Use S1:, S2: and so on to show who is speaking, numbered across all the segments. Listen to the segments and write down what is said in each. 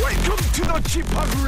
S1: Welcome to the Chip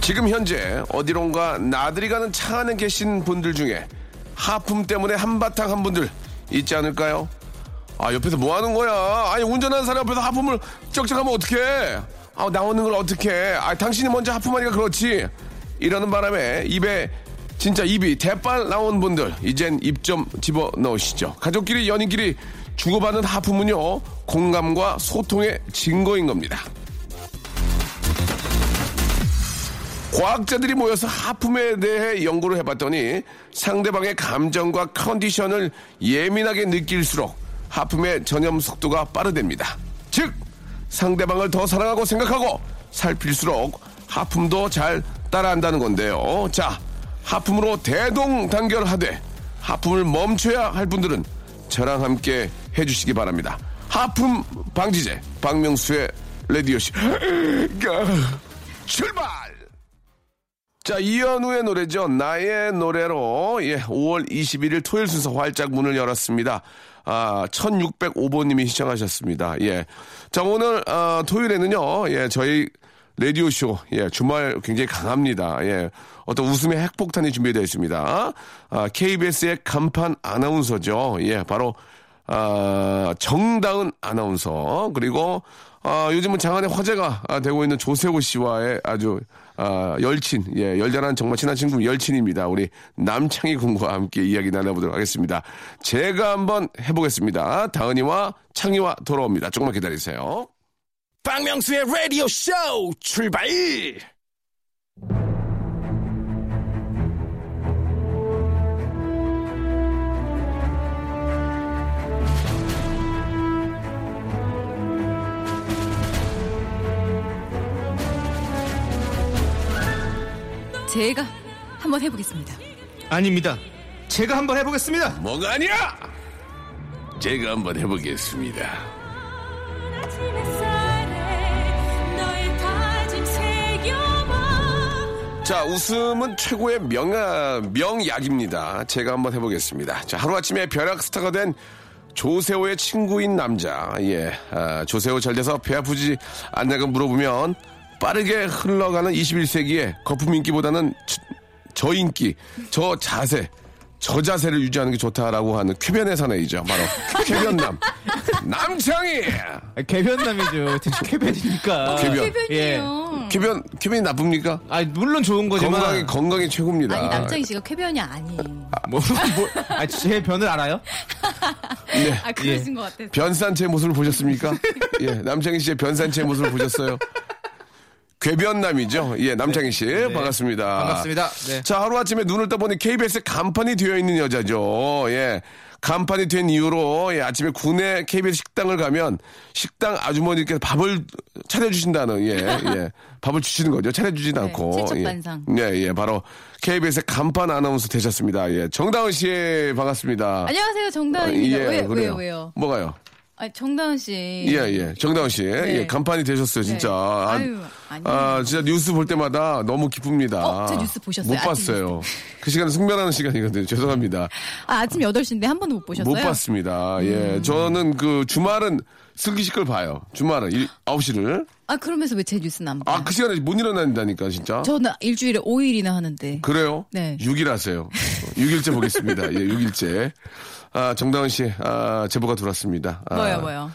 S1: 지금 현재 어디론가 나들이 가는 차 안에 계신 분들 중에 하품 때문에 한바탕 한 분들 있지 않을까요? 아 옆에서 뭐 하는 거야? 아니 운전하는 사람 옆에서 하품을 쩍쩍하면 어떡해? 아 나오는 걸 어떡해? 아 당신이 먼저 하품하니까 그렇지. 이러는 바람에 입에 진짜 입이 대빨 나온 분들 이젠 입 좀 집어 넣으시죠. 가족끼리 연인끼리 주고받는 하품은요 공감과 소통의 증거인 겁니다. 과학자들이 모여서 하품에 대해 연구를 해봤더니 상대방의 감정과 컨디션을 예민하게 느낄수록 하품의 전염 속도가 빠르답니다. 즉, 상대방을 더 사랑하고 생각하고 살필수록 하품도 잘 따라한다는 건데요. 자, 하품으로 대동단결하되 하품을 멈춰야 할 분들은 저랑 함께 해주시기 바랍니다. 하품 방지제 박명수의 레디오시 출발! 자, 이현우의 노래죠. 나의 노래로, 예, 5월 21일 토요일 순서 활짝 문을 열었습니다. 아, 1605번님이 시청하셨습니다. 예. 자, 오늘, 아, 토요일에는요, 예, 저희 라디오쇼, 예, 주말 굉장히 강합니다. 예. 어떤 웃음의 핵폭탄이 준비되어 있습니다. 아, KBS의 간판 아나운서죠. 예, 바로 아, 정다은 아나운서 그리고 아, 요즘은 장안의 화제가 아, 되고 있는 조세호 씨와의 아주 아, 열친, 예, 열렬한 정말 친한 친구 열친입니다. 우리 남창희 군과 함께 이야기 나눠보도록 하겠습니다. 제가 한번 해보겠습니다. 다은이와 창희와 돌아옵니다. 조금만 기다리세요.
S2: 박명수의 라디오 쇼 출발!
S3: 제가 한번 해보겠습니다.
S4: 아닙니다. 제가 한번 해보겠습니다.
S1: 뭐가 아니야? 제가 한번 해보겠습니다.
S5: 아침 햇살에 너의 다짐 새겨봐
S1: 자, 웃음은 최고의 명약, 명약입니다. 제가 한번 해보겠습니다. 자, 하루아침에 벼락 스타가 된 조세호의 친구인 남자. 예, 아, 조세호 잘 돼서 배 아프지 않냐고 물어보면 빠르게 흘러가는 21세기에 거품 인기보다는 저, 저 인기, 저 자세, 저 자세를 유지하는 게 좋다라고 하는 쾌변의 사나이죠. 바로 쾌변남. 남창희!
S6: 아, 개변남이죠. 대충 개변이니까. 예.
S1: 쾌변.
S7: 쾌변이에요.
S1: 쾌변, 쾌변이 나쁩니까?
S6: 아 물론 좋은 거지만.
S1: 건강이, 건강이 최고입니다.
S7: 아니 남정희 씨가 쾌변이 아니에요.
S6: 뭐, 뭐, 아, 제 변을 알아요?
S1: 예.
S7: 아 그러신 것 같아서.
S1: 변산체 모습을 보셨습니까? 예, 남창희 씨의 변산체 모습을 보셨어요. 괴변남이죠. 예, 남창희 씨 반갑습니다.
S6: 네. 반갑습니다. 네.
S1: 자, 하루아침에 눈을 떠보니 KBS 간판이 되어 있는 여자죠. 예. 간판이 된 이후로 예, 아침에 구내 KBS 식당을 가면 식당 아주머니께서 밥을 차려주신다는 예, 예. 밥을 주시는 거죠. 차려주진 않고.
S7: 실적
S1: 예.
S7: 네, 반상.
S1: 예, 예. 바로 KBS의 간판 아나운서 되셨습니다. 예. 정다은 씨 반갑습니다.
S7: 안녕하세요 정다은입니다.
S1: 예,
S7: 왜,
S1: 그래요.
S7: 왜요 왜요?
S1: 뭐가요?
S7: 아니, 정다은 씨.
S1: 예, 예. 정다은 씨. 예, 간판이 되셨어요, 진짜. 아,
S7: 네. 아유, 아니에요.
S1: 아, 진짜 뉴스 볼 때마다 너무 기쁩니다.
S7: 어, 저 뉴스 보셨어요?
S1: 못
S7: 아침
S1: 봤어요. 그 시간은 숙면하는 시간이거든요. 죄송합니다.
S7: 아, 아침 8시인데 한 번도 못 보셨어요? 음.
S1: 못 봤습니다. 예. 저는 그 주말은 슬기식 걸 봐요. 주말은 일, 9시를.
S7: 아 그러면서 왜 제 뉴스는 안 봐요?
S1: 아, 그 시간에 못 일어난다니까, 진짜.
S7: 네. 저는 일주일에 5일이나 하는데.
S1: 그래요?
S7: 네.
S1: 6일 하세요. 6일째 보겠습니다. 예, 6일째. 아, 정다은 씨, 아, 제보가 들어왔습니다. 아,
S7: 뭐요 뭐요?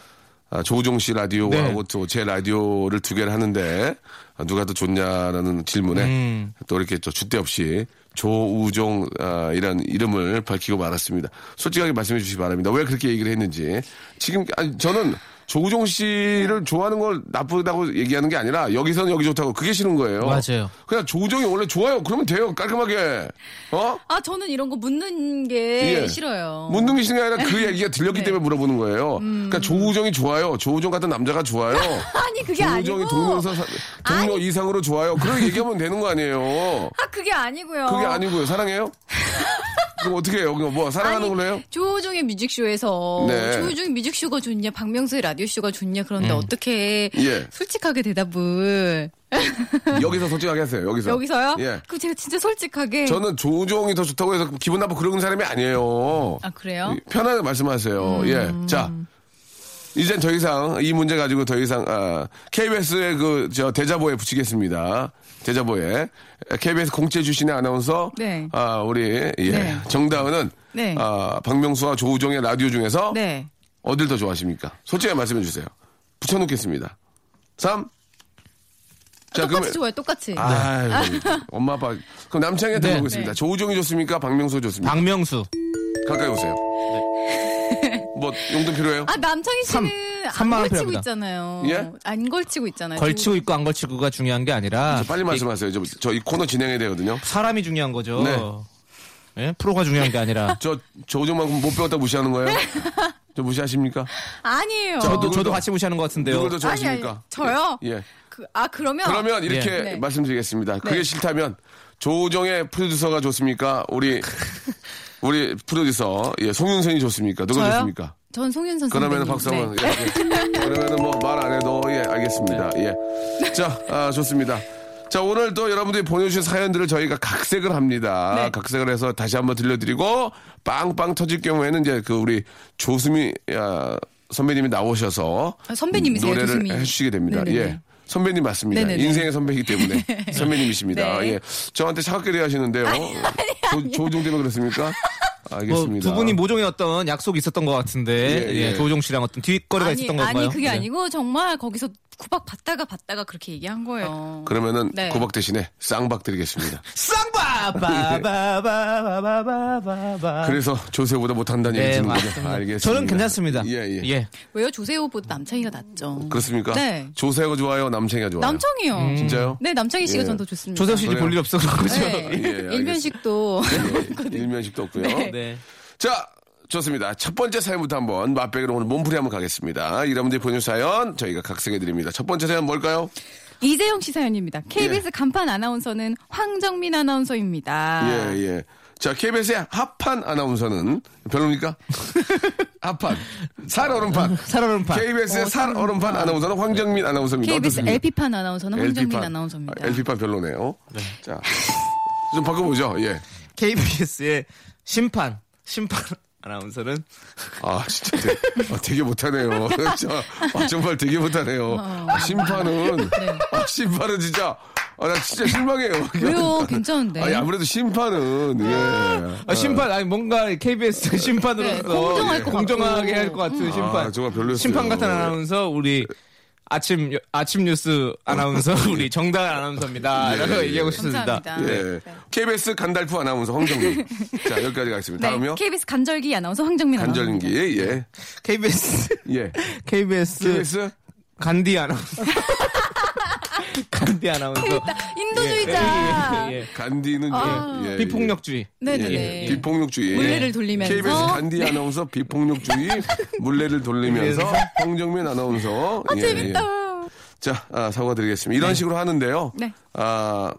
S1: 아, 조우종 씨 라디오하고
S6: 네.
S1: 또 제 라디오를 두 개를 하는데 아, 누가 더 좋냐라는 질문에
S6: 음.
S1: 또 이렇게 또 주대 없이 조우종 아, 이란 이름을 밝히고 말았습니다. 솔직하게 말씀해 주시기 바랍니다. 왜 그렇게 얘기를 했는지 지금 아니 저는 조우종 씨를 좋아하는 걸 나쁘다고 얘기하는 게 아니라 여기서는 여기 좋다고 그게 싫은 거예요.
S6: 맞아요.
S1: 그냥 조우종이 원래 좋아요. 그러면 돼요. 깔끔하게 어?
S7: 아 저는 이런 거 묻는 게
S1: 예.
S7: 싫어요.
S1: 묻는 게 싫은 게 아니라 그 얘기가 들렸기 때문에 물어보는 거예요. 그러니까 조우종이 좋아요. 조우종 같은 남자가 좋아요.
S7: 아니 그게
S1: 조우종이
S7: 아니고.
S1: 동영상 사- 동료 이상으로 좋아요. 그런 얘기하면 되는 거 아니에요.
S7: 아 그게 아니고요.
S1: 그게 아니고요. 사랑해요? 그럼 어떻게 해요? 그냥 뭐 사랑하는 걸로 해요?
S7: 조우종의 뮤직쇼에서
S1: 네. 음.
S7: 조우종의 뮤직쇼가 좋냐 박명수의 라디오쇼가 좋냐 그런데 어떻게
S1: 예.
S7: 솔직하게 대답을
S1: 여기서 솔직하게 하세요. 여기서.
S7: 여기서요?
S1: 예.
S7: 그 제가 진짜 솔직하게
S1: 저는 조우종이 더 좋다고 해서 기분 나빠 그런 사람이 아니에요.
S7: 아 그래요? 음.
S1: 편하게 말씀하세요. 예. 자. 이젠 더 이상 이 문제 가지고 더 이상 아, KBS의 그 저 대자보에 붙이겠습니다. 대자보에 KBS 공채 출신의 아나운서
S7: 네.
S1: 아, 우리 예.
S7: 네.
S1: 정다은은
S7: 네.
S1: 아, 박명수와 조우종의 라디오 중에서
S7: 네.
S1: 어딜 더 좋아하십니까? 솔직히 말씀해 주세요. 붙여놓겠습니다. 3
S7: 똑같이 좋아요 똑같이.
S1: 아유, 엄마 아빠 그럼 남창이한테
S6: 네.
S1: 물어보겠습니다.
S7: 네.
S1: 조우종이 좋습니까? 박명수 좋습니까?
S6: 박명수.
S1: 가까이 오세요.
S7: 네.
S1: 뭐 용돈 필요해요?
S7: 아 남창희 씨는 안
S6: 삼만 원
S7: 걸치고
S6: 필요합니다.
S7: 있잖아요.
S1: 예?
S7: 안 걸치고 있잖아요.
S6: 걸치고 있고 안 걸치고가 중요한 게 아니라
S1: 빨리
S7: 네.
S1: 말씀하세요. 저 이 코너 진행해야 되거든요.
S6: 사람이 중요한 거죠.
S1: 네.
S6: 예? 프로가 중요한 게 아니라
S1: 저 조우종만큼 못 배웠다 무시하는 거예요?
S7: 네.
S1: 저 무시하십니까?
S7: 아니에요.
S6: 저도
S1: 누굴 더-
S6: 저도 같이 무시하는 것 같은데요.
S1: 누굴 더
S7: 아니 아니
S1: 좋아하십니까?
S7: 저요.
S1: 예.
S7: 그, 아 그러면
S1: 그러면 이렇게
S6: 예.
S7: 네.
S1: 말씀드리겠습니다. 그게 싫다면 조우종의 프로듀서가 좋습니까? 우리 우리 프로듀서 예, 송윤선이 좋습니까? 누가
S7: 저요?
S1: 좋습니까?
S7: 전 송윤선 선생님.
S1: 그러면은 박성은
S7: 네.
S1: 예, 예. 그러면은 뭐 말 안 해도 예 알겠습니다 예 자 아, 좋습니다 자 오늘 또 여러분들이 보내주신 사연들을 저희가 각색을 합니다
S7: 네.
S1: 각색을 해서 다시 한번 들려드리고 빵빵 터질 경우에는 이제 그 우리 조수미 아, 선배님이 나오셔서
S7: 아, 선배님이세요,
S1: 노래를
S7: 조수미.
S1: 해주시게 됩니다
S7: 네네네.
S1: 예. 선배님 맞습니다.
S7: 네네네.
S1: 인생의 선배이기 때문에 선배님이십니다.
S7: 네.
S1: 예. 저한테 차갑게 대하시는데요. 조- 조우종 때문에 그렇습니까?
S6: 뭐
S1: 알겠습니다.
S6: 두 분이 모종의 어떤 약속이 있었던 것 같은데
S1: 예,
S6: 예,
S1: 예.
S6: 조우종 씨랑 어떤 뒷거래가
S7: 아니,
S6: 있었던 건가요?
S7: 아니 그게
S6: 네.
S7: 아니고 정말 거기서 구박 받다가 받다가 그렇게 얘기한 거예요.
S1: 아, 그러면은
S7: 네.
S1: 고박 대신에 쌍박 드리겠습니다.
S6: 쌍바바바바바바바.
S1: 그래서 조세호보다 못한다는 얘기
S6: 아. 네,
S1: 듣는 거죠.
S6: 맞습니다.
S1: 알겠습니다.
S6: 저는 괜찮습니다.
S1: 예, 예.
S7: 왜요? 조세호보다 남창희가 낫죠.
S1: 어, 그렇습니까?
S7: 네.
S1: 조세호가 좋아요, 남창이가 좋아요.
S7: 남창희요.
S1: 진짜요?
S7: 네, 남창희 씨가
S1: 예.
S7: 전 더 좋습니다.
S6: 음. 조세호 씨 볼일 그렇죠. 없어 그런 거죠.
S7: 네.
S1: 예, 알겠습니다.
S7: 일면식도
S1: 예, 일면식도 없고요.
S6: 네.
S1: 자, 좋습니다. 첫 번째 사연부터 한번 맛배기로 오늘 몸풀이 한번 가겠습니다. 여러분들이 보내준 사연 저희가 각색해 드립니다. 첫 번째 사연 뭘까요?
S7: 이재영 씨
S1: 예.
S7: 사연입니다. KBS 간판 아나운서는 황정민 아나운서입니다.
S1: 예, 예. 자, KBS의 합판 아나운서는 별로입니까? 합판. 살 얼음판.
S6: 어, 살얼음판.
S1: KBS의 살 얼음판 아나운서는 황정민 아나운서입니다.
S7: KBS
S1: 어떻습니까?
S7: LP판 아나운서는 황정민 아나운서입니다.
S1: 아, LP판 별로네요. 자. 좀 바꿔보죠. 예.
S6: KBS의 심판 심판 아나운서는
S1: 아, 진짜 되게, 아, 되게 못하네요. 진짜. 아, 정말 되게 못하네요.
S7: 어.
S1: 아, 심판은, 아, 심판은 진짜, 아, 나 진짜 실망해요.
S7: 왜요? 네. 괜찮은데.
S1: 아니, 아무래도 심판은, 예.
S6: 아, 심판 아니 뭔가 KBS
S7: 어.
S6: 심판으로서
S7: 네, 공정할 것
S6: 공정하게
S7: 같고. 음.
S6: 할 것 같은 심판.
S1: 아, 정말 별로였어요.
S6: 심판 같은 아나운서 우리 아침 요- 아침 뉴스 아나운서 우리 정다은 아나운서입니다라고 얘기하고 싶습니다.
S7: 감사합니다.
S1: 예. KBS 간달프 아나운서 황정민. 자, 여기까지 가겠습니다.
S7: 네,
S1: 다음이요.
S7: KBS 간절기 아나운서 황정민 아나운서.
S1: 간절기, 예.
S6: KBS
S1: 예.
S6: KBS,
S1: KBS?
S6: 간디 아나운서 간디
S7: 그
S6: 아나운서
S7: 인도주의자.
S6: 예, 예, 예.
S1: 간디는, 예, 예.
S6: 비폭력주의
S7: 아. 네네네.
S1: 예. 비폭력주의.
S7: 물레를 돌리면서. 네.
S1: KBS 간디 예, 아나운서 비폭력주의 물레를 돌리면서 황정민 아나운서. 아,
S7: 재밌다.
S1: 자, 아, 사과드리겠습니다. 이런 식으로 하는데요.
S7: 네.
S1: 아,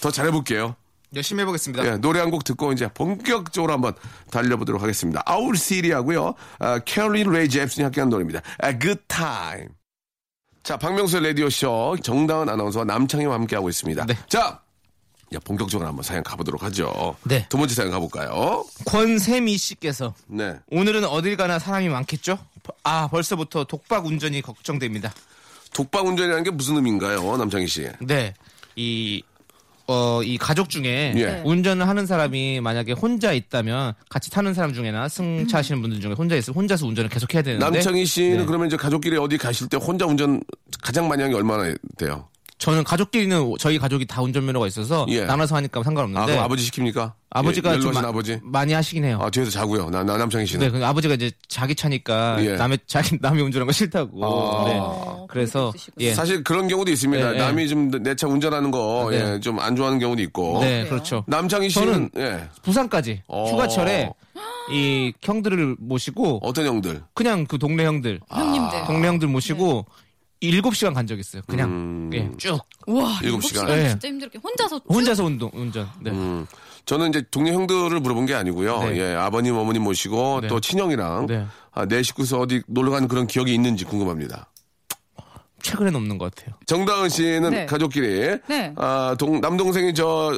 S1: 더 잘해볼게요.
S6: 열심히 해보겠습니다.
S1: 예, 노래 한 곡 듣고 이제 본격적으로 한번 달려보도록 하겠습니다. 아울 시리하고요. 아, 캐롤린 레이 잽슨이 함께한 노래입니다. A Good Time. 자, 박명수의 라디오쇼 정다은 아나운서와 남창희와 함께하고 있습니다.
S6: 네.
S1: 자, 이제 본격적으로 한번 사연 가보도록 하죠.
S6: 네.
S1: 두 번째 사연 가볼까요?
S6: 권세미 씨께서
S1: 네.
S6: 오늘은 어딜 가나 사람이 많겠죠? 아 벌써부터 독박 운전이 걱정됩니다.
S1: 독박 운전이라는 게 무슨 의미인가요, 남창희 씨?
S6: 네. 이 어, 이 가족 중에
S1: 예.
S6: 운전을 하는 사람이 만약에 혼자 있다면 같이 타는 사람 중에나 승차하시는 분들 중에 혼자 있으면 혼자서 운전을 계속 해야 되는데
S1: 남창희 씨는
S6: 네.
S1: 그러면 이제 가족끼리 어디 가실 때 혼자 운전 가장 많이 한 게 얼마나 돼요?
S6: 저는 가족끼리는 오- 저희 가족이 다 운전면허가 있어서
S1: 예.
S6: 나눠서 하니까
S1: 아,
S6: 상관없는데
S1: 그럼 아버지 시킵니까?
S6: 네. 아버지가
S1: 예,
S6: 좀
S1: 연로하신
S6: 마- 네.
S1: 아버지?
S6: 많이 하시긴 해요.
S1: 아, 뒤에서 자고요. 나, 나 남창희
S6: 네,
S1: 씨는.
S6: 그 아버지가 이제 자기 차니까
S1: 예.
S6: 남의 자기 남이 운전하는 거 싫다고.
S1: 아.
S6: 네. 그래서 예.
S1: 사실 그런 경우도 있습니다.
S6: 네,
S1: 남이 좀 내 차 운전하는 거,
S6: 네.
S1: 예, 좀 안 좋아하는 경우도 있고.
S6: 네, 그렇죠.
S1: 남창희 씨는,
S6: 저는-
S1: 예,
S6: 부산까지
S1: 뭐? 어.
S6: 휴가철에 이 형들을 모시고
S1: 어떤 형들?
S6: 그냥 그 동네 형들,
S7: 형님들.
S6: 동네 형들 모시고 일곱 시간 간 적 있어요. 그냥
S1: 음,
S6: 예, 쭉
S7: 와,
S1: 일곱
S7: 일곱
S1: 시간. 예.
S7: 시간
S6: 네.
S7: 진짜 힘들게 혼자서
S6: 혼자서 운동 운전. 네.
S1: 음. 저는 이제 동료 형들을 물어본 게 아니고요.
S6: 네.
S1: 예, 아버님, 어머님 모시고
S6: 네.
S1: 또 친형이랑
S6: 네.
S1: 아, 내 식구에서 어디 놀러 가는 그런 기억이 있는지 궁금합니다.
S6: 최근에는 없는 것 같아요.
S1: 정다은 씨는
S7: 네.
S1: 가족끼리
S7: 네.
S1: 아, 동, 남동생이 저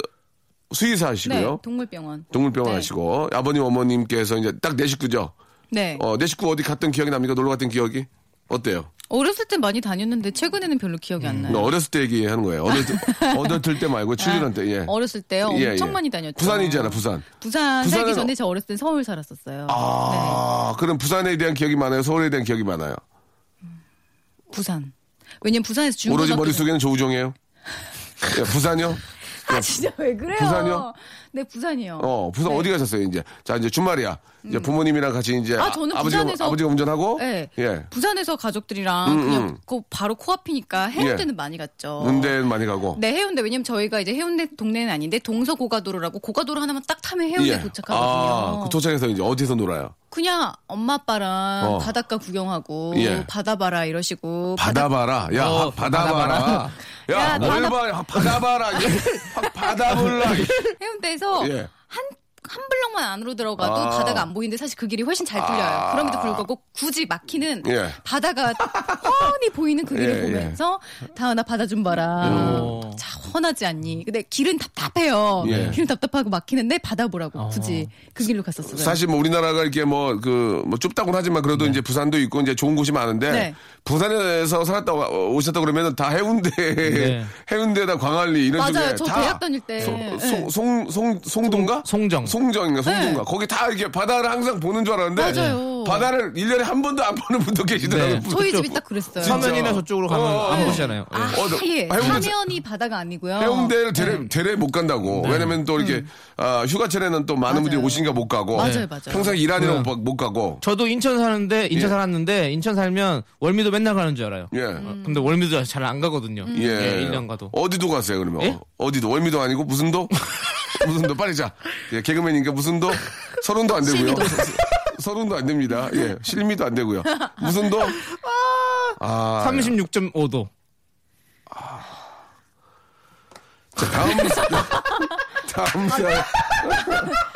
S1: 수의사 하시고요.
S7: 네, 동물병원.
S1: 동물병원
S7: 네.
S1: 하시고 아버님 어머님께서 이제 딱 내 식구죠.
S7: 네.
S1: 어, 내 식구 어디 갔던 기억이 납니까? 놀러 갔던 기억이? 어때요?
S7: 어렸을 땐 많이 다녔는데 최근에는 별로 기억이 안 나요.
S1: 음, 어렸을 때 얘기하는 거예요. 어렸을, 어렸을 때 말고 7년 때. 예.
S7: 어렸을 때요.
S1: 예,
S7: 엄청
S1: 예.
S7: 많이 다녔죠.
S1: 부산이잖아, 부산.
S7: 부산 살기
S1: 부산은
S7: 전에 저 어렸을 땐 서울 살았었어요.
S1: 아, 그럼 부산에 대한 기억이 많아요? 서울에 대한 기억이 많아요?
S7: 네. 부산. 왜냐면 부산에서 중고
S1: 오로지 머릿속에는 조우종이에요? 예, 부산이요?
S7: 아 진짜 왜 그래요?
S1: 부산이요?
S7: 네 부산이요.
S1: 어, 부산
S7: 네. 음.
S1: 어디 가셨어요, 이제? 자, 이제 주말이야. 이제 부모님이랑 같이 이제
S7: 아, 저는
S1: 버지가
S7: 부산에서-
S1: 아버지가 운전하고
S7: 네.
S1: 예. 음,
S7: 부산에서 가족들이랑 그냥 그 바로 코앞이니까 해운대는
S1: 예.
S7: 많이 갔죠.
S1: 운대 많이 가고.
S7: 네, 해운대. 왜냐면 저희가 이제 해운대 동네는 아닌데 동서 고가도로라고 고가도로 하나만 딱 타면 해운대
S1: 예.
S7: 도착하거든요.
S1: 아, 그 도착해서 이제 어디서 놀아요?
S7: 그냥 엄마 아빠랑
S1: 어.
S7: 바닷가 구경하고
S1: 예.
S7: 바다 봐라 이러시고
S1: 바다 봐라. 야,
S6: 어,
S1: 확 바다 봐라. 야,
S7: 야, 너
S1: 뭘
S7: 하나-
S1: 봐. 확 바다 봐라. 이게 확 바다 볼라.
S7: 해운대에서
S1: 예.
S7: 한, 한 블럭만 안으로 들어가도
S1: 아.
S7: 바다가 안 보이는데 사실 그 길이 훨씬 잘 들려요.
S1: 아.
S7: 그럼에도 불구하고 굳이 막히는
S1: 예.
S7: 바다가 훤히 보이는 그 길을
S1: 예, 예.
S7: 보면서 다은아 바다 좀 봐라.
S6: 오.
S7: 자, 훤하지 않니? 근데 길은 답답해요.
S1: 예.
S7: 길은 답답하고 막히는데 바다 보라고 굳이 그 길로 갔었어요.
S1: 사실 뭐 우리나라가 이렇게 뭐 그 뭐 좁다고는 하지만 그래도 이제 부산도 있고 이제 좋은 곳이 많은데
S7: 네.
S1: 부산에서 살았다 와- 오셨다 그러면 다 해운대
S6: 네.
S1: 해운대다 광안리 이런
S7: 맞아요.
S1: 쪽에
S7: 저
S1: 그 다
S7: 대학 다닐 때. 예.
S1: 송송송 송동가?
S6: 송정.
S1: 송정인가? 송동가.
S7: 네.
S1: 거기 다 이렇게 바다를 항상 보는 줄 알았는데
S7: 맞아요.
S1: 바다를 1년에 한 번도 안 보는 분도 계시더라고요.
S6: 네.
S7: 저희 집이 딱 그랬어요.
S6: 서면이나 저쪽으로 가면
S1: 어,
S6: 안
S1: 어.
S6: 보시잖아요. 예.
S7: 아,
S1: 어, 저-
S7: 예.
S1: 해운대-
S7: 사면이 어. 바다가 아니고요.
S1: 해운대를 대래,
S6: 네.
S1: 대래 못 간다고. 왜냐면 또 이렇게, 아, 휴가철에는 또 많은 분들이
S7: 음. 맞아요.
S1: 오시니까 못 가고.
S7: 맞아요, 네. 맞아요.
S1: 평생 일하느라
S6: 네.
S1: 못, 못 가고.
S6: 저도 인천 사는데 인천
S1: 예.
S6: 살았는데 인천 살면 월미도 맨날 가는 줄 알아요.
S1: 예.
S7: 음.
S6: 어, 근데 월미도 잘 안 가거든요.
S1: 예.
S6: 예, 1년 가도.
S1: 어디도 가세요, 그러면?
S6: 예?
S1: 어디도? 월미도 아니고 무슨 도? 무슨 도? 빨리 자. 예, 개그맨이니까 무슨 도? 서른도 안 되고요. 서른도 안 됩니다. 예, 실미도 안 되고요. 무슨 도? 아,
S6: 36.5도.
S1: 자, 다음 사- 다음 사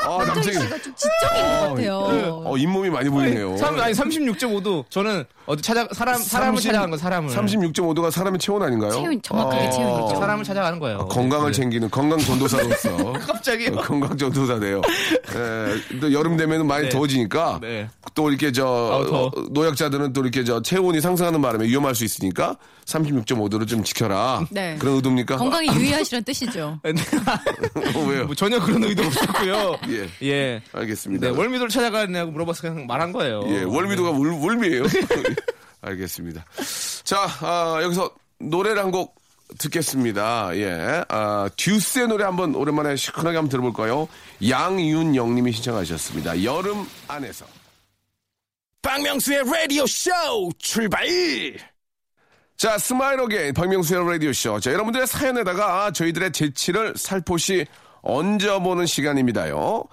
S1: 아,
S7: 남정희
S1: 남창이.
S7: 씨가 좀 지적인 것 같아요.
S1: 어, 잇몸이 많이 보이네요.
S6: 삼- 아니 36.5도. 저는 어디 찾아 사람 사람을 찾아간 거 사람을.
S1: 36.5도가 사람의 체온 아닌가요?
S7: 체온, 정확하게
S1: 어,
S7: 체온이죠.
S6: 사람을 찾아가는 거예요.
S1: 건강을
S6: 네.
S1: 챙기는 건강 전도사로서
S6: 갑자기
S1: 어, 건강 전도사네요. 예, 또 여름 되면 많이
S6: 네.
S1: 더워지니까
S6: 네.
S1: 또 이렇게 저
S6: 아우, 더워.
S1: 어, 노약자들은 또 이렇게 저 체온이 상승하는 바람에 위험할 수 있으니까 36.5도를 좀 지켜라.
S7: 네.
S1: 그런 의도입니까?
S7: 건강에 유의하시라는 뜻이죠.
S1: 어, 왜요?
S6: 뭐 전혀 그런 의도 없었고요.
S1: 예.
S6: 예.
S1: 알겠습니다.
S6: 네, 월미도를 찾아가냐고 물어봐서 그냥 말한 거예요. 네.
S1: 예, 월미도가 월, 월미예요. 알겠습니다. 자, 아, 여기서 노래를 한 곡 듣겠습니다. 예, 아, 듀스의 노래 한번 오랜만에 시큰하게 한번 들어볼까요? 양윤영님이 신청하셨습니다. 여름 안에서.
S2: 박명수의 라디오 쇼 출발!
S1: 자, 스마일 어게인 박명수의 라디오쇼. 자, 여러분들의 사연에다가 저희들의 재치를 살포시 얹어보는 시간입니다요.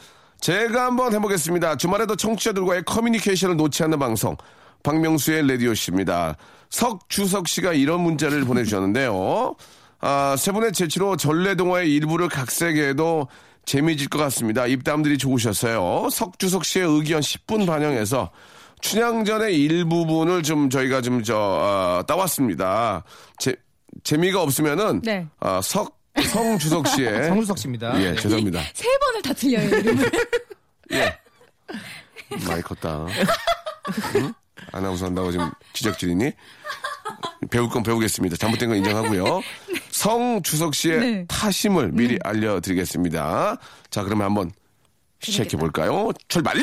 S1: 제가 한번 해보겠습니다. 주말에도 청취자들과의 커뮤니케이션을 놓지 않는 방송. 박명수의 라디오쇼입니다. 석주석 씨가 이런 문자를 보내주셨는데요. 아, 세 분의 재치로 전래동화의 일부를 각색해도 재미질 것 같습니다. 입담들이 좋으셨어요. 석주석 씨의 의견 10분 반영해서 춘향전의 일부분을 좀 저희가 좀, 저, 아, 따왔습니다. 재, 재미가 없으면은,
S7: 네.
S1: 아, 석, 성주석 씨의.
S6: 성주석 아, 씨입니다.
S1: 예,
S6: 네.
S1: 죄송합니다.
S7: 세 번을 다 틀려요. 이름을.
S1: 많이 컸다. 응? 아나운서 한다고 지금 지적질이니? 배울 건 배우겠습니다. 잘못된 건 인정하고요. 성주석 씨의
S7: 네.
S1: 타심을 미리 알려드리겠습니다. 자, 그러면 한번 시작해 볼까요? 출발!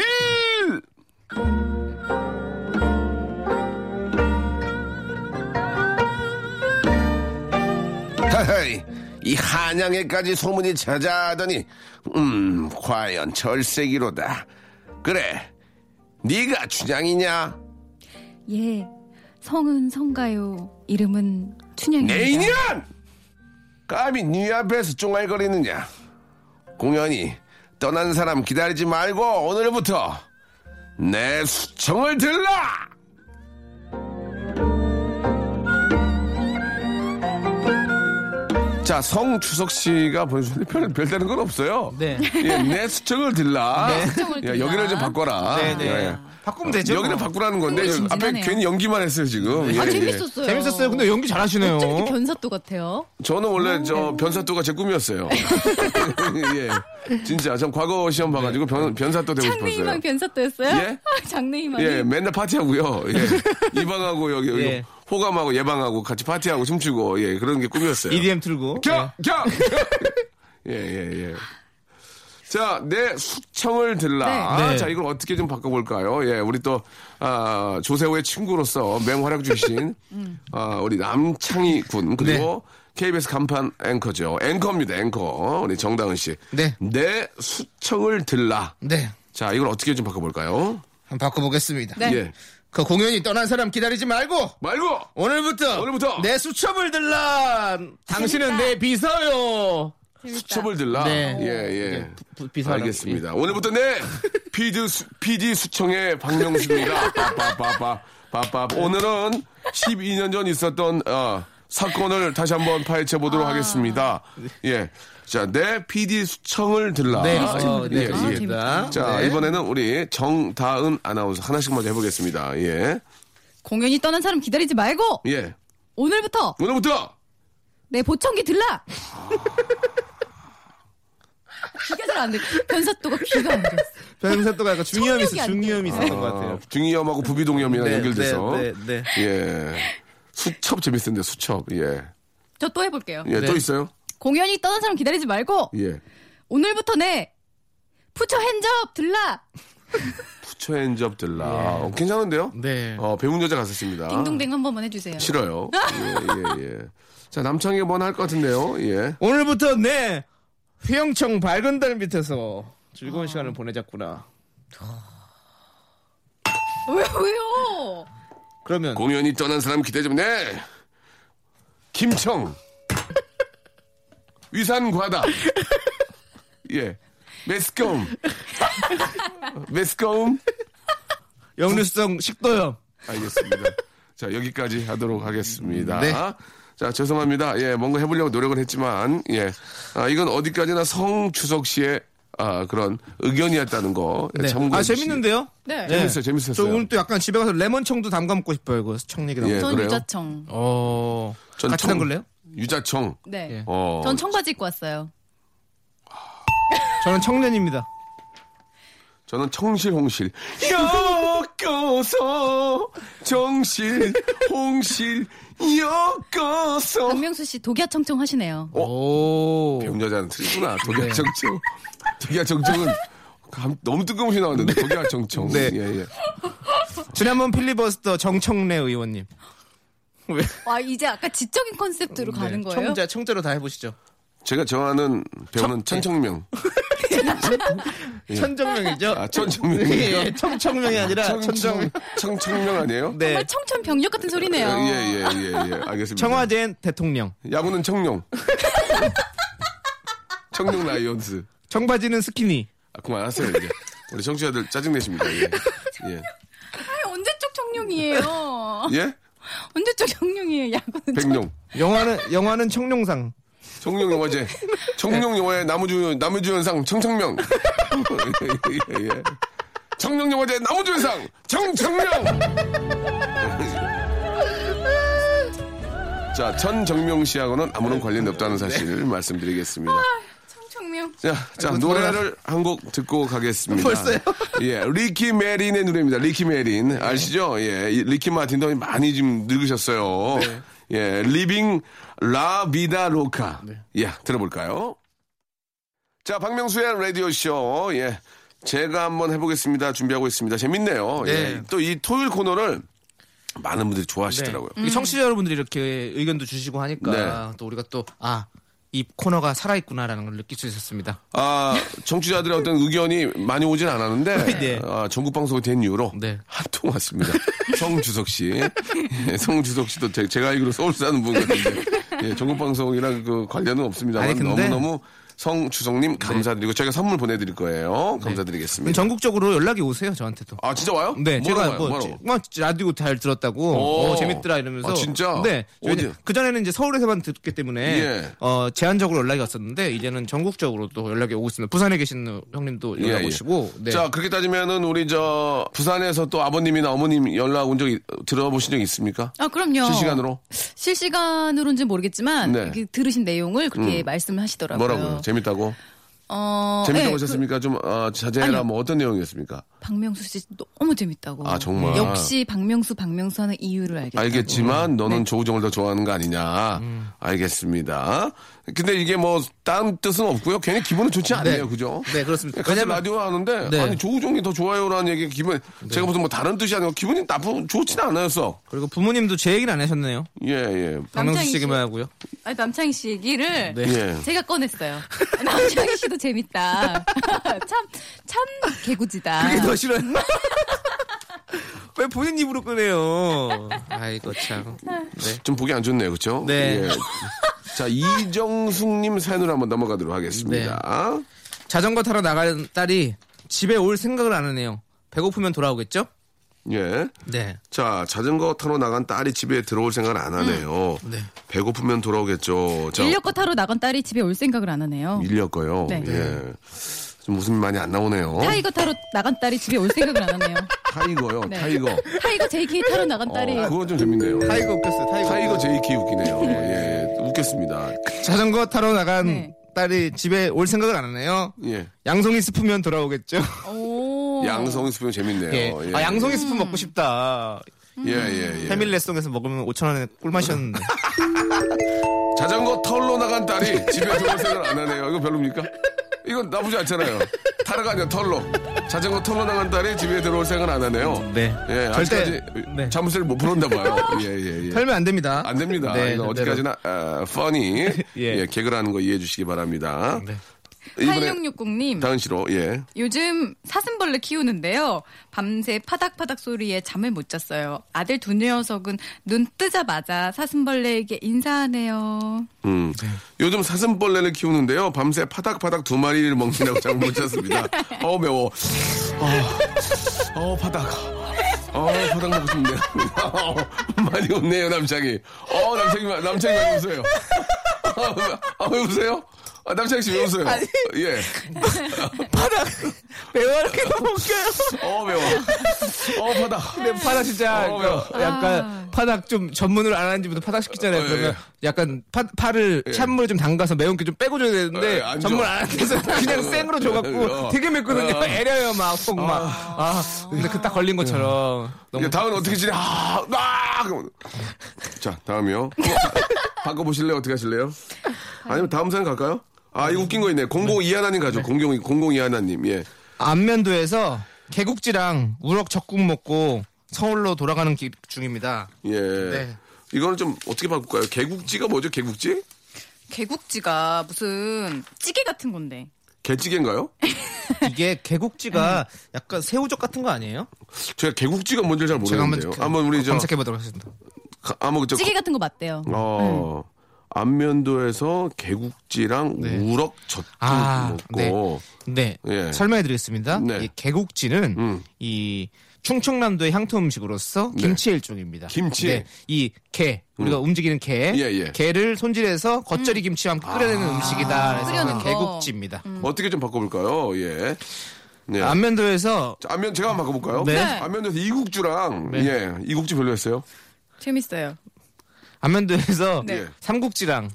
S1: 하이, 이 한양에까지 소문이 찾아하더니 음 과연 절세기로다 그래 네가 춘향이냐
S7: 예, 성은 성가요. 이름은 춘향입니다.
S1: 내 인연 감히 네 앞에서 쫑알거리느냐 공연히 떠난 사람 기다리지 말고 오늘부터 내 수청을 들라 자, 성주석 씨가 보내주셨는데 별, 별다른 건 없어요.
S6: 네.
S1: 예, 내 수청을 들라.
S7: 수청을
S1: 야,
S7: 들라.
S1: 여기를 좀 바꿔라.
S6: 네네.
S1: 예, 예.
S6: 바꾸면 되죠.
S1: 여기는
S6: 뭐.
S1: 바꾸라는 건데,
S7: 진짜
S1: 앞에
S7: 진지하네요.
S1: 괜히 연기만 했어요, 지금. 예,
S7: 아,
S1: 예.
S7: 재밌었어요.
S6: 재밌었어요. 근데 연기 잘하시네요.
S7: 어쩜 이렇게 변사또 같아요?
S1: 저는 원래
S7: 음, 네.
S1: 저 변사또가 제 꿈이었어요. 예. 진짜 전 과거 시험 봐가지고
S7: 네.
S1: 변, 변사또 되고 싶었어요.
S7: 장래희망 변사또였어요? 아,
S1: 예?
S7: 장래희망.
S1: 예, 맨날 파티하고요. 예. 이방하고 여기, 여기
S6: 예.
S1: 호감하고 예방하고 같이 파티하고 춤추고 예 그런 게 꿈이었어요.
S6: EDM E 틀고. 네.
S1: 겨! 겨! 예, 예, 예. 자, 내 수청을 들라. 아,
S6: 네. 네.
S1: 자, 이걸 어떻게 좀 바꿔볼까요? 예, 우리 또, 아, 조세호의 친구로서 맹활약 중이신, 아, 우리 남창희 군, 그리고 KBS 간판 앵커죠. 앵커입니다, 앵커. 우리 정다은 씨.
S8: 네.
S1: 내 수청을 들라.
S8: 네.
S1: 자, 이걸 어떻게 좀 바꿔볼까요?
S8: 한번 바꿔보겠습니다.
S7: 네.
S1: 예.
S8: 그 공연이 떠난 사람 기다리지 말고
S1: 말고!
S8: 오늘부터
S1: 오늘부터!
S8: 내 수첩을 들라. 당신은 내 비서요.
S1: 수첩을 들라.
S8: 네.
S1: 예, 예.
S8: 부- 비서라고.
S1: 알겠습니다. 오늘부터 내 PD, 수, PD 수청의 박명수입니다. 빠빠빠빠. 빠빠. 오늘은 12년 전 있었던 어, 사건을 다시 한번 파헤쳐 보도록
S6: 아.
S1: 하겠습니다. 예. 자, 내 PD 수청을 들라.
S8: 네,
S1: 아,
S8: 어, 네,
S1: 예, 예.
S8: 그렇습니다.
S1: 자,
S6: 네.
S1: 이번에는 우리 정다은 아나운서 하나씩 먼저 해보겠습니다. 예.
S7: 공연이 떠난 사람 기다리지 말고
S1: 예.
S7: 오늘부터
S1: 오늘부터 어,
S7: 내 보청기 들라. 귀가 잘 안 돼. 변사또가 귀가 안 돼.
S6: 변사또가 약간 중이염이 있어.
S7: 성욕이 안
S6: 중이염이 있었던 것
S1: 어,
S6: 같아요.
S1: 중이염하고 부비동염이랑
S6: 네,
S1: 연결돼서
S6: 네, 네,
S1: 예. 수첩 재밌었는데 수첩. 예.
S7: 저 또 해볼게요.
S1: 예, 또
S6: 네.
S1: 있어요?
S7: 공연이 떠난 사람 기다리지 말고
S1: 예.
S7: 오늘부터 내 푸처 핸즈업 들라.
S1: 부처 엔접 들라. 어, 괜찮은데요?
S8: 네.
S1: 어, 배운 여자 갔었습니다.
S7: 딩동댕 한 번만 해주세요.
S1: 싫어요. 예, 예, 예. 자, 남창이가 뭐나 할 것 같은데요? 예.
S6: 오늘부터 내 휘영청 밝은 달 밑에서
S7: 아.
S6: 즐거운 시간을 보내자꾸나.
S7: 왜 왜요?
S6: 그러면
S1: 공연이 떠난 사람 기대 좀 내. 김청. 위산과다. 예. 메스꺼움. 메스꺼움.
S6: 역류성 식도염.
S1: 알겠습니다. 자, 여기까지 하도록 하겠습니다.
S8: 네.
S1: 자, 죄송합니다. 예, 뭔가 해보려고 노력을 했지만, 예. 아, 이건 어디까지나 성주석 씨의 아, 그런 의견이었다는 거. 예,
S6: 네.
S1: 참고해
S6: 아
S1: 주시-
S6: 재밌는데요?
S7: 네.
S6: 네.
S1: 재밌어요, 재밌었어요.
S6: 저 오늘 또 약간 집에 가서 레몬청도 담가 먹고 싶어요. 이거 청 얘기 나오고.
S1: 예,
S7: 전
S1: 그래요?
S7: 유자청.
S6: 어.
S1: 전
S6: 같이
S1: 청-
S6: 담글래요?
S1: 유자청.
S7: 네.
S6: 예.
S1: 어.
S7: 전 청바지 입고 왔어요.
S6: 저는 청년입니다.
S1: 저는 청실홍실. 엮어서 정실 홍실 엮어서
S7: 박명수 씨 독야청청 하시네요.
S6: 오.
S1: 배운 여자는
S6: 네.
S1: 틀리구나. 독야정청. 독야정청은 감- 너무 뜬금없이 나왔는데 독야정청.
S6: 네.
S1: 예, 예.
S6: 지난번 필리버스터 정청래 의원님. 왜?
S7: 와 이제 아까 지적인 컨셉트로
S1: 음, 네.
S7: 가는 아, 거예요?
S6: 네. 청자 청자로 다 해보시죠.
S1: 제가 정하는 배우는
S6: 천-
S1: 천청명.
S6: 천정명이죠.
S1: 아, 천청명.
S6: 예, 청청명이 아니라 천정.
S1: 천청, 청청명 아니에요?
S6: 네.
S7: 정말 청천 병력 같은
S1: 예,
S7: 소리네요.
S1: 예, 예, 예. 알겠습니다.
S6: 청와대엔 대통령.
S1: 야구는 청룡. 청룡 라이온스.
S6: 청바지는 스키니.
S1: 아, 그만하세요, 이제. 우리 청취자들 짜증내십니다. 예. 예?
S7: 아니, 언제적 청룡이에요?
S1: 예?
S7: 언제적 청룡이에요? 야구는
S1: 백룡.
S6: 영화는 영화는 청룡상.
S1: 청룡 영화제. 청룡 영화의 나무주, 나무주연상 청청명. 예, 예, 예. 청룡 영화제 나무주연상 청청명! 자, 전 정명 씨하고는 네. 아무런 관련이 없다는 사실을 말씀드리겠습니다.
S7: 청룡.
S1: 자, 자 노래를 한 곡 듣고 가겠습니다.
S4: 벌써요?
S1: 예, 리키 메린의 노래입니다. 리키 메린 아시죠? 예, 이 리키 마틴도 많이 지금 늙으셨어요. 예, 리빙 라 비다 로카. 예, 들어볼까요? 자, 박명수의 라디오 쇼. 예, 제가 한번 해보겠습니다. 준비하고 있습니다. 재밌네요. 예,
S6: 네.
S1: 또 이 토요일 코너를 많은 분들이 좋아하시더라고요.
S6: 네.
S1: 네.
S6: 이 청취자 여러분들이 이렇게 의견도 주시고 하니까 또 우리가 또 아 이 코너가 살아있구나라는 걸 느낄 수 있었습니다.
S1: 아, 정치자들의 어떤 의견이 많이 오진 않았는데,
S6: 네.
S1: 아, 전국 방송이 된 이후로
S6: 네.
S1: 한 통 왔습니다. 성주석 씨. 예, 성주석 씨도 제, 가 알기로 서울 사는 분 같은데, 예, 전국 방송이랑 그 관련은 없습니다만
S6: 아니, 근데-
S1: 너무너무 성주석님 감사드리고 저희가 선물 보내드릴 거예요. 감사드리겠습니다.
S6: 전국적으로 연락이 오세요 저한테도.
S1: 아, 진짜 와요?
S6: 네, 제가
S1: 뭐라고
S6: 뭐,
S1: 와요?
S6: 지-
S1: 뭐라고?
S6: 뭐 라디오 잘 들었다고
S1: 오.
S6: 어, 재밌더라 이러면서.
S1: 아, 진짜?
S6: 네.
S1: 어디?
S6: 그 전에는 이제 서울에서만 듣기 때문에
S1: 예.
S6: 어, 제한적으로 연락이 왔었는데 이제는 전국적으로 또 연락이 오고 있습니다. 부산에 계신 형님도
S1: 예,
S6: 연락
S1: 예.
S6: 오시고. 네.
S1: 자, 그렇게 따지면은 우리 저 부산에서 또 아버님이나 어머님 연락 온 적 들어보신 적 있습니까?
S7: 아 그럼요.
S1: 실시간으로?
S7: 실시간으로인지 모르겠지만
S1: 네. 음.
S7: 그 들으신 내용을 그렇게 말씀을 하시더라고요.
S1: 뭐라고요? 재밌다고?
S7: 어,
S1: 재밌게
S7: 네, 그
S1: 보셨습니까? 좀 어, 자제해라
S7: 아니요.
S1: 뭐 어떤 내용이었습니까?
S7: 박명수 씨 너무 재밌다고.
S1: 아, 정말.
S7: 역시 박명수 박명수 하는 이유를 알겠다.
S1: 알겠지만 너는 조우정을 더 좋아하는 거 아니냐? 알겠습니다. 근데 이게 뭐 다른 뜻은 없고요. 괜히 기분은 좋지 않네요, 그죠?
S6: 네, 그렇습니다.
S1: 같이
S6: 왜냐면-
S1: 라디오 하는데
S6: 네.
S1: 아니 조우종이 더 좋아요라는 얘기 기분 제가 무슨 뭐 다른 뜻이 아니고 기분이 나쁘 좋진 않아요, 썩.
S6: 그리고 부모님도 제 얘기를 안 하셨네요.
S1: 예, 예.
S6: 박명수
S7: 남창희
S6: 씨기만 하고요.
S7: 아니, 남창희 씨 얘기를
S1: 예.
S7: 제가 꺼냈어요. 남창희 씨도 재밌다. 참, 참 개구지다.
S6: 그게 더 싫어요. 왜 본인 입으로 끄네요. 아이고 참. 네.
S1: 좀 보기 안 좋네요, 그렇죠?
S6: 네.
S1: 자, 이정숙님 사연으로 한번 넘어가도록 하겠습니다.
S6: 자전거 타러 나간 딸이 집에 올 생각을 안 하네요. 배고프면 돌아오겠죠?
S1: 예.
S6: 네.
S1: 자, 자전거 타러 나간 딸이 집에 들어올 생각을 안 하네요.
S6: 음.
S1: 배고프면 돌아오겠죠. 자,
S7: 인력거 타러 나간 딸이 집에 올 생각을 안 하네요.
S1: 밀렸고요.
S7: 네.
S1: 예. 좀 웃음이 많이 안 나오네요.
S7: 타이거 타러 나간 딸이 집에 올 생각을 안 하네요.
S1: 타이거요,
S7: 네.
S1: 타이거.
S7: 타이거 JK 타러 나간 딸이
S1: 어, 그건 좀 재밌네요.
S6: 타이거 웃겼어요. 타이거.
S1: 타이거 제이키 웃기네요. 예, 웃겼습니다.
S6: 자전거 타러 나간
S7: 네.
S6: 딸이 집에 올 생각을 안 하네요.
S1: 예.
S6: 양송이 스프면 돌아오겠죠.
S7: 오.
S1: 양성 스프 재밌네요.
S6: 어, 예.
S1: 예.
S6: 아 음. 양송이 스프 먹고 싶다.
S1: 예, 예, 예.
S6: 패밀리레스토랑에서 먹으면 5천 원에 꿀맛이었는데.
S1: 자전거 타러 나간 딸이 집에 들어올 생각을 안 하네요. 이거 별로입니까? 이건 나쁘지 않잖아요. 타러가 아니라 털로. 자전거 털러 나간 딸이 집에 들어올 생각을 안 하네요.
S6: 네.
S1: 예,
S6: 절대-
S1: 아직까지
S6: 네.
S1: 자물쇠를 못 풀었나 봐요. 예, 예, 예.
S6: 살면 안 됩니다.
S1: 안 됩니다.
S6: 네,
S1: 이거
S6: 그대로.
S1: 어디까지나 아, funny
S6: 예.
S1: 예, 개그라는 거 이해해 주시기 바랍니다.
S6: 네.
S1: 이번에
S7: 8660님.
S1: 다은 씨로 예.
S7: 요즘 사슴벌레 키우는데요. 밤새 파닥파닥 소리에 잠을 못 잤어요. 아들 두 녀석은 눈 뜨자마자 사슴벌레에게 인사하네요.
S1: 음. 요즘 사슴벌레를 키우는데요. 밤새 파닥파닥 두 마리를 먹느라고 잠을 못 잤습니다. 어우 매워. 어, 어 파닥. 어 파닥 먹고 싶네요. 어, 많이 웃네요 남창이. 어 남창이 마- 남창이 많이 웃어요. 아왜 웃어요? 아, 남창희 씨 왜 웃어요? 예.
S6: 파다 매워하게 먹어요.
S1: 어 매워. 어 파닥.
S6: 근데 파닥 진짜
S1: 어,
S6: 그
S1: 매워.
S6: 약간 파닥 좀 전문으로 안 하는지부터 파닥 시키잖아요.
S1: 어, 예,
S6: 그러면 약간 파, 파를
S1: 예.
S6: 찬물 좀 담가서 매운 게 좀 빼고 줘야 되는데
S1: 예, 안 줘.
S6: 전문 안 해서 그냥 생으로 줘갖고
S1: 어.
S6: 되게 맵거든요.
S1: 어.
S6: 애려요 막 속 막. 아, 근데 그 딱 걸린 것처럼 너무
S1: 이제 다음은 어떻게 지내? 아, 아! 그러면. 자, 다음이요. 어, 바꿔보실래요? 어떻게 하실래요? 아니면 다음 사연 갈까요? 아, 이거 웃긴 거 있네. 002 하나님 가죠. 00, 002 하나님. 예.
S6: 안면도에서 개국지랑 우럭 적국 먹고 서울로 돌아가는 길 중입니다.
S1: 예.
S6: 네.
S1: 이거는 좀 어떻게 바꿀까요? 개국지가 뭐죠? 개국지?
S7: 개국지가 무슨 찌개 같은 건데.
S1: 개찌개인가요?
S6: 이게 개국지가 약간 새우젓 같은 거 아니에요?
S1: 제가 개국지가 뭔지 잘
S6: 제가 한번
S1: 모르겠는데요.
S6: 그-
S1: 한번 우리 저
S6: 검색해 보도록 하겠습니다.
S1: 가- 한번 저
S7: 찌개 같은 거 맞대요.
S1: 어. 안면도에서 개국지랑
S6: 네.
S1: 우럭 젓국
S6: 아,
S1: 먹고
S6: 네.
S1: 예.
S6: 설명해 드리겠습니다.
S1: 네. 음.
S6: 이 개국지는 이 충청남도의 향토 음식으로서 김치 의 일종입니다.
S1: 네. 김치.
S6: 네. 이개 우리가 움직이는 개,
S1: 예, 아. 예.
S6: 개를 손질해서 겉절이 김치와 함께 끓여내는 음식이다. 그래서
S7: 음. 끓여낸
S6: 그게
S7: 거. 음.
S6: 개국지입니다.
S1: 어떻게 좀 바꿔볼까요? 예. 네.
S6: 아, 안면도에서
S1: 자, 안면 제가 한번 바꿔볼까요?
S6: 네.
S1: 안면에서 이국주랑 예 이국주 별로였어요.
S7: 재밌어요.
S6: 안면도에서
S1: 네. 어.
S6: 삼국지랑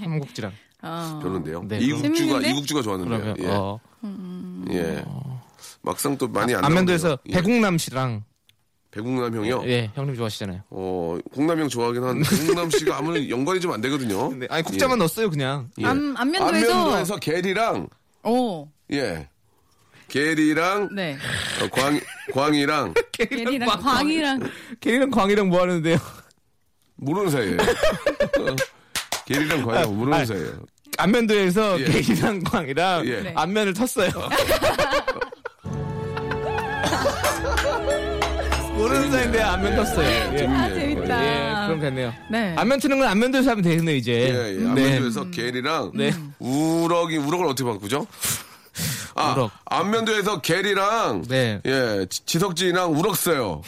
S6: 삼국지랑
S7: 어.
S1: 별론데요.
S6: 네,
S1: 이국주가
S7: 재밌는데?
S1: 이국주가 좋았는데요.
S6: 그러면
S1: 예.
S6: 어, 아,
S1: 예. 막상 또 많이 안
S6: 안면도에서
S1: 나오네요. 예. 어.
S6: 배국남 씨랑
S1: 배국남 형이요.
S6: 예 형님 좋아하시잖아요.
S1: 어, 공남 형 좋아하긴 한데 배국남 씨가 아무래도 연관이 좀 안 되거든요.
S6: 네, 아니 국자만 넣었어요 그냥.
S1: 예.
S7: 안- 안면도에서-
S1: 안면도에서 게리랑
S7: 어,
S1: 예. 게리랑
S7: 네.
S1: 어, 광 광이랑
S7: 예리랑 광이랑
S6: 걔랑 광이랑 뭐 하는데요?
S1: 모르는 사이예요. 어, 게리랑 광이랑
S6: 아,
S1: 모르는 사이예요.
S6: 안면도에서
S1: 예.
S6: 걔랑 광이랑
S1: 예. 네.
S6: 안면을 텄어요. 모르는 사이인데 안면 텄어요. 예.
S7: 아,
S1: 예,
S7: 재밌다.
S6: 예, 그럼 됐네요.
S7: 네.
S6: 안면 트는 건 안면도에서 하면 되겠네요 이제.
S1: 예,
S6: 음.
S1: 예.
S6: 네.
S1: 안면도에서 게리랑 우럭이 우럭을 어떻게 바꾸죠? 아,
S6: 우럭.
S1: 안면도에서 게리랑
S6: 네.
S1: 예, 지- 지석진이랑 우럭 써요.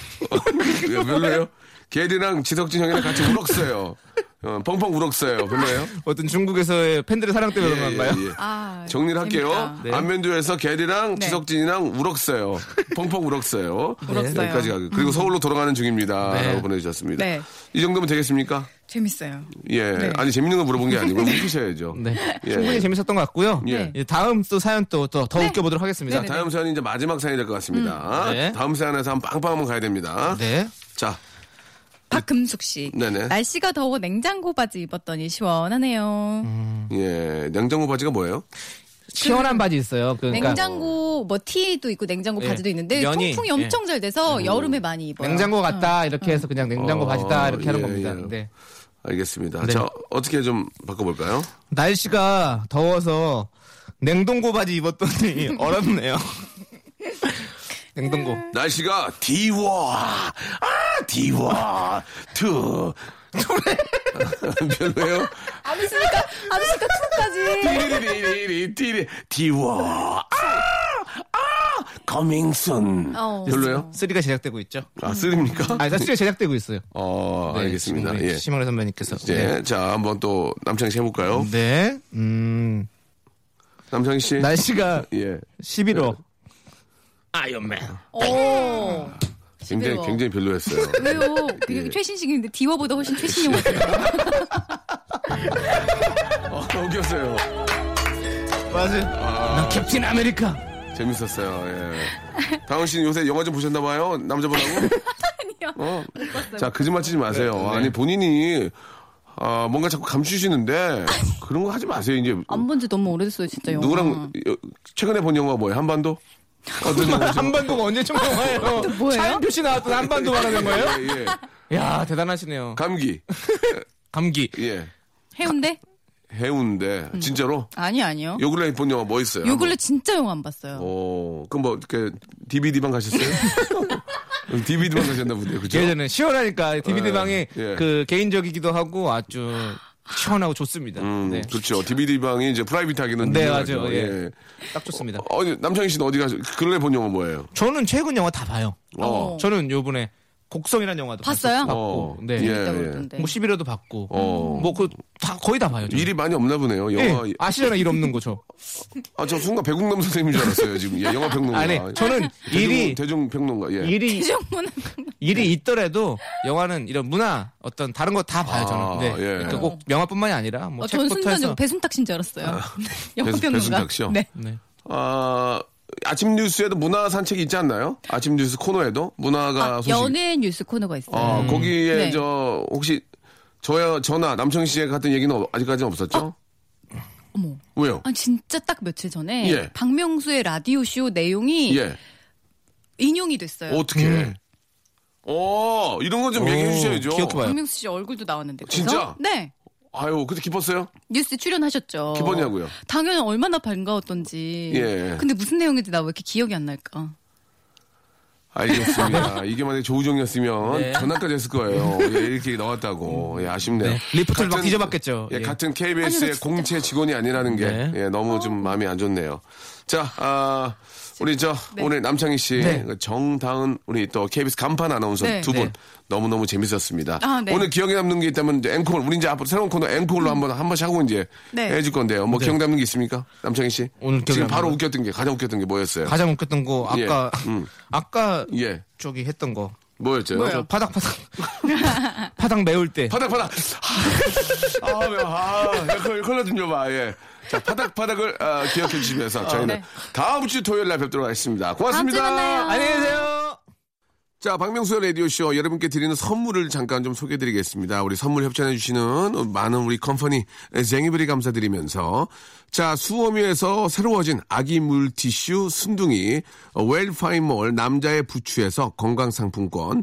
S1: 예, 별로예요? 게리랑 지석진 형이랑 같이 우럭 써요. 어, 펑펑 우럭 써요. 별로예요?
S6: 어떤 중국에서의 팬들의 사랑 때문에
S1: 예,
S6: 그런 건가요?
S1: 예, 예.
S7: 아,
S1: 정리를 할게요.
S7: 재밌다.
S6: 네.
S1: 안면도에서 게리랑
S7: 네.
S1: 지석진이랑 우럭써요. 펑펑 우럭써요. 네,
S7: 울었어요.
S1: 여기까지 가 그리고 서울로 돌아가는 중입니다.
S6: 음. 네.
S1: 라고 보내주셨습니다.
S7: 네.
S1: 이 정도면 되겠습니까?
S7: 재밌어요.
S1: 예.
S7: 네.
S1: 아니, 재밌는 거 물어본 게 아니고 웃기셔야죠.
S6: 네.
S1: 예.
S6: 충분히 재밌었던 것 같고요.
S1: 예.
S6: 예, 다음 또 사연 또 더
S7: 네.
S6: 웃겨보도록 하겠습니다.
S1: 자, 다음 사연이 이제 마지막 사연이 될 것 같습니다.
S6: 음. 네.
S1: 다음 사연에서 한 빵빵 한번 가야 됩니다.
S6: 네.
S1: 자,
S7: 박금숙 씨.
S1: 네네.
S7: 날씨가 더워 냉장고 바지 입었더니 시원하네요.
S1: 예. 냉장고 바지가 뭐예요?
S6: 시원한 바지 있어요. 그러니까
S7: 냉장고 뭐 티도 있고 냉장고
S6: 예.
S7: 바지도 있는데
S6: 면이,
S7: 통풍이 음. 엄청 잘 돼서 여름에 많이 입어요.
S6: 냉장고 같다 이렇게 해서 그냥 냉장고
S1: 어,
S6: 바지다 이렇게 하는
S1: 예,
S6: 겁니다.
S1: 예.
S6: 네.
S1: 알겠습니다.
S6: 네.
S1: 자, 어떻게 좀 바꿔볼까요?
S6: 날씨가 더워서 냉동고 바지 입었더니 얼었네요. 냉동고.
S1: 날씨가 디워 아 디워 투 투레 별로예요?
S7: 아저씨가 아저씨가 투까지.
S1: 띠리리리리 띠리 디워 아 아, coming soon.
S7: 어.
S1: 별로예요?
S6: 쓰리가 제작되고 있죠.
S1: 음. 아 쓰립니까?
S6: 음. 아니, 쓰리가 제작되고 있어요.
S1: 어
S6: 네,
S1: 알겠습니다.
S6: 지금 우리
S1: 예.
S6: 심원래 선배님께서. 네.
S1: 예. 자 한번 또 남창희 씨 해볼까요?
S6: 네. 음.
S1: 남창희 씨.
S6: 날씨가
S1: 예.
S6: 11호.
S7: 오.
S1: 굉장히
S7: 시끄러워.
S1: 굉장히 별로였어요.
S7: 왜요?
S1: 예.
S7: 그게 최신식인데 디워보다 훨씬 최신형 같아요.
S1: 어, 웃겼어요.
S6: 맞아요. 나 캡틴 아메리카.
S1: 재밌었어요. 예. 다은 씨는 요새 영화 좀 보셨나 봐요. 남자분하고. 어. 자, 거짓말 치지 마세요.
S6: 네,
S1: 아니, 본인이, 아, 뭔가 자꾸 감추시는데, 그런 거 하지 마세요, 이제.
S7: 안 본 지 너무 오래됐어요, 진짜 영화.
S1: 누구랑, 여- 최근에 본 영화 뭐예요? 한반도? 어떤 영화?
S6: 한반도가 언제 처음
S1: 아,
S6: 영화예요?
S7: 뭐예요?
S6: 차인표 씨 나왔던 한반도 말하는 거예요?
S1: 예, 예.
S6: 야 대단하시네요.
S1: 감기.
S6: 감기.
S1: 예.
S7: 해운대?
S1: 해운대. 진짜로?
S7: 아니 아니요.
S1: 요 근래 본 영화 뭐 있어요?
S7: 요 근래 진짜 영화 안 봤어요.
S1: 어, 그럼 뭐, 이렇게, DVD방 가셨어요? DVD방 가셨나 보네요, 그죠?
S6: 예전에 시원하니까 DVD 방이
S1: 예.
S6: 그 개인적이기도 하고 아주 시원하고 좋습니다.
S1: 음,
S6: 네.
S1: 그렇죠. DVD방이 이제 프라이빗하기는.
S6: 네,
S1: 유명하죠.
S6: 맞아요. 예. 딱 좋습니다.
S1: 어, 아니, 남창희 씨는 어디 가서 그 근래 본 영화 뭐예요?
S6: 저는 최근 영화 다 봐요.
S1: 어.
S7: 어.
S6: 저는 요번에 곡성이라는 영화도
S7: 봤어요?
S6: 봤고,
S1: 어.
S6: 네.
S1: 예,
S7: 있다고
S1: 예.
S7: 그러던데.
S6: 뭐 11호도 봤고,
S1: 어.
S6: 뭐그다 거의 다 봐요. 저는.
S1: 일이 많이 없나 보네요. 영화.
S6: 예, 아시잖아요, 일 없는 거 저.
S1: 아, 저 순간 배국남 선생님인 줄 알았어요. 지금 예, 영화 평론가.
S6: 아니, 저는 일이
S1: 대중 평론가. 예.
S6: 일이
S7: 대중문화
S6: 일이 있더라도 영화는 이런 문화 어떤 다른 거 다 봐요
S1: 아,
S6: 저는. 네.
S1: 예.
S6: 그러니까 꼭 영화뿐만이 아니라 뭐
S7: 어, 전
S6: 책부터
S7: 순간
S6: 해서
S7: 적 배순탁 씨인 줄 알았어요.
S1: 아, 배순-
S7: 영화평론가.
S1: 배순탁 씨요?
S7: 네.
S6: 네.
S1: 아, 아침 뉴스에도 문화 산책이 있지 않나요? 아침 뉴스 코너에도 문화가
S7: 아,
S1: 소식.
S7: 연예 뉴스 코너가 있어요.
S1: 어, 거기에
S7: 네.
S1: 저 혹시 저야 저나 남청 씨의 같은 얘기는 어- 아직까지는 없었죠?
S7: 아, 어머.
S1: 왜요?
S7: 아 진짜 딱 며칠 전에
S1: 예.
S7: 박명수의 라디오 쇼 내용이
S1: 예. 네.
S7: 인용이 됐어요.
S1: 어떻게?
S6: 음.
S1: 어, 이런 건 좀 얘기해 주셔야죠.
S6: 기억해봐요.
S7: 박명수 씨 얼굴도 나왔는데. 그래서?
S1: 진짜?
S7: 네.
S1: 아유, 그때 기뻤어요?
S7: 뉴스 출연하셨죠.
S1: 기뻤냐고요?
S7: 당연히 얼마나 반가웠던지.
S1: 예.
S7: 근데 무슨 내용인지 나 왜 이렇게 기억이 안 날까?
S6: 아, 네.
S1: 알겠습니다. 이게 만약에 조우종이었으면 전화까지 했을 거예요. 예, 이렇게 나왔다고. 예, 아쉽네요.
S6: 리포트를 막
S1: 같은-
S6: 뒤져봤겠죠.
S1: 예,
S6: 예.
S1: 같은
S7: 아니, 나
S1: KBS의
S7: 진짜-
S1: 공채 직원이 아니라는 게
S6: 네.
S1: 예, 너무 좀 마음이 안 좋네요. 자, 아, 우리 저 오늘 남창희 씨,
S6: 네.
S1: 그 정다은 우리 또 KBS 간판 아나운서
S7: 네.
S1: 두 분
S6: 네.
S1: 너무 너무 재밌었습니다.
S7: 아, 네. 음.
S1: 오늘 기억에 남는 게 있다면 이제 앵콜, 우리 이제 앞으로 새로운 코너 앵콜로 한번 한 번씩 하고 이제
S7: 네.
S1: 해줄 건데요. 뭐 기억 남는 게 있습니까, 남창희 씨?
S6: 오늘 기억에
S1: 지금
S6: 남는
S1: 바로
S6: 거?
S1: 웃겼던 게 가장 웃겼던 게 뭐였어요?
S6: 가장 웃겼던 거 아까
S1: 예, 음.
S6: 아까
S1: 예.
S6: 저기 했던 거
S1: 뭐였죠?
S6: 저 바닥 바닥 바닥 메울 때
S1: 바닥 바닥. 아, 아, 매워. 아, 야, 콜- 콜라 좀 줘봐. 예. 자, 바닥 바닥을 아, 기억해 주시면서 저희는
S7: 네.
S1: 다음 주 토요일 날 뵙도록 하겠습니다.
S7: 다음 주에
S1: 고맙습니다.
S7: 만나요.
S6: 안녕히 계세요.
S1: 자, 박명수의 라디오쇼 여러분께 드리는 선물을 잠깐 좀 소개해 드리겠습니다. 우리 선물 협찬해 주시는 많은 우리 컴퍼니 쟁이브리 감사드리면서 자, 수어미에서 새로워진 아기 물티슈 순둥이 어, 웰파인몰 남자의 부추에서 건강상품권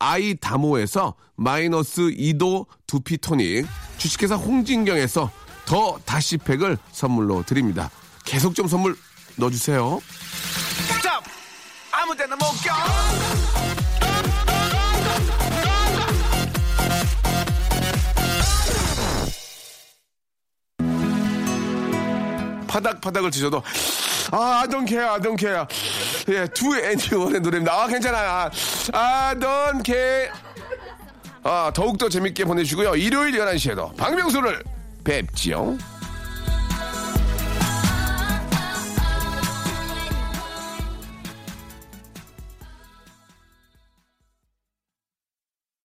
S1: 아이다모에서 마이너스 2도 두피토닉, 주식회사 홍진경에서 더 다시팩을 선물로 드립니다. 계속 좀 선물 넣어주세요.
S2: 아무데나 못 껴.
S1: 파닥 파닥을 드셔도 아, I don't care, I don't care. 예, to anyone의 노래입니다. 아, 괜찮아요. 아, I don't care. 아, 더욱더 재밌게 보내주고요. 일요일 11시에도 박명수를 뵙지요.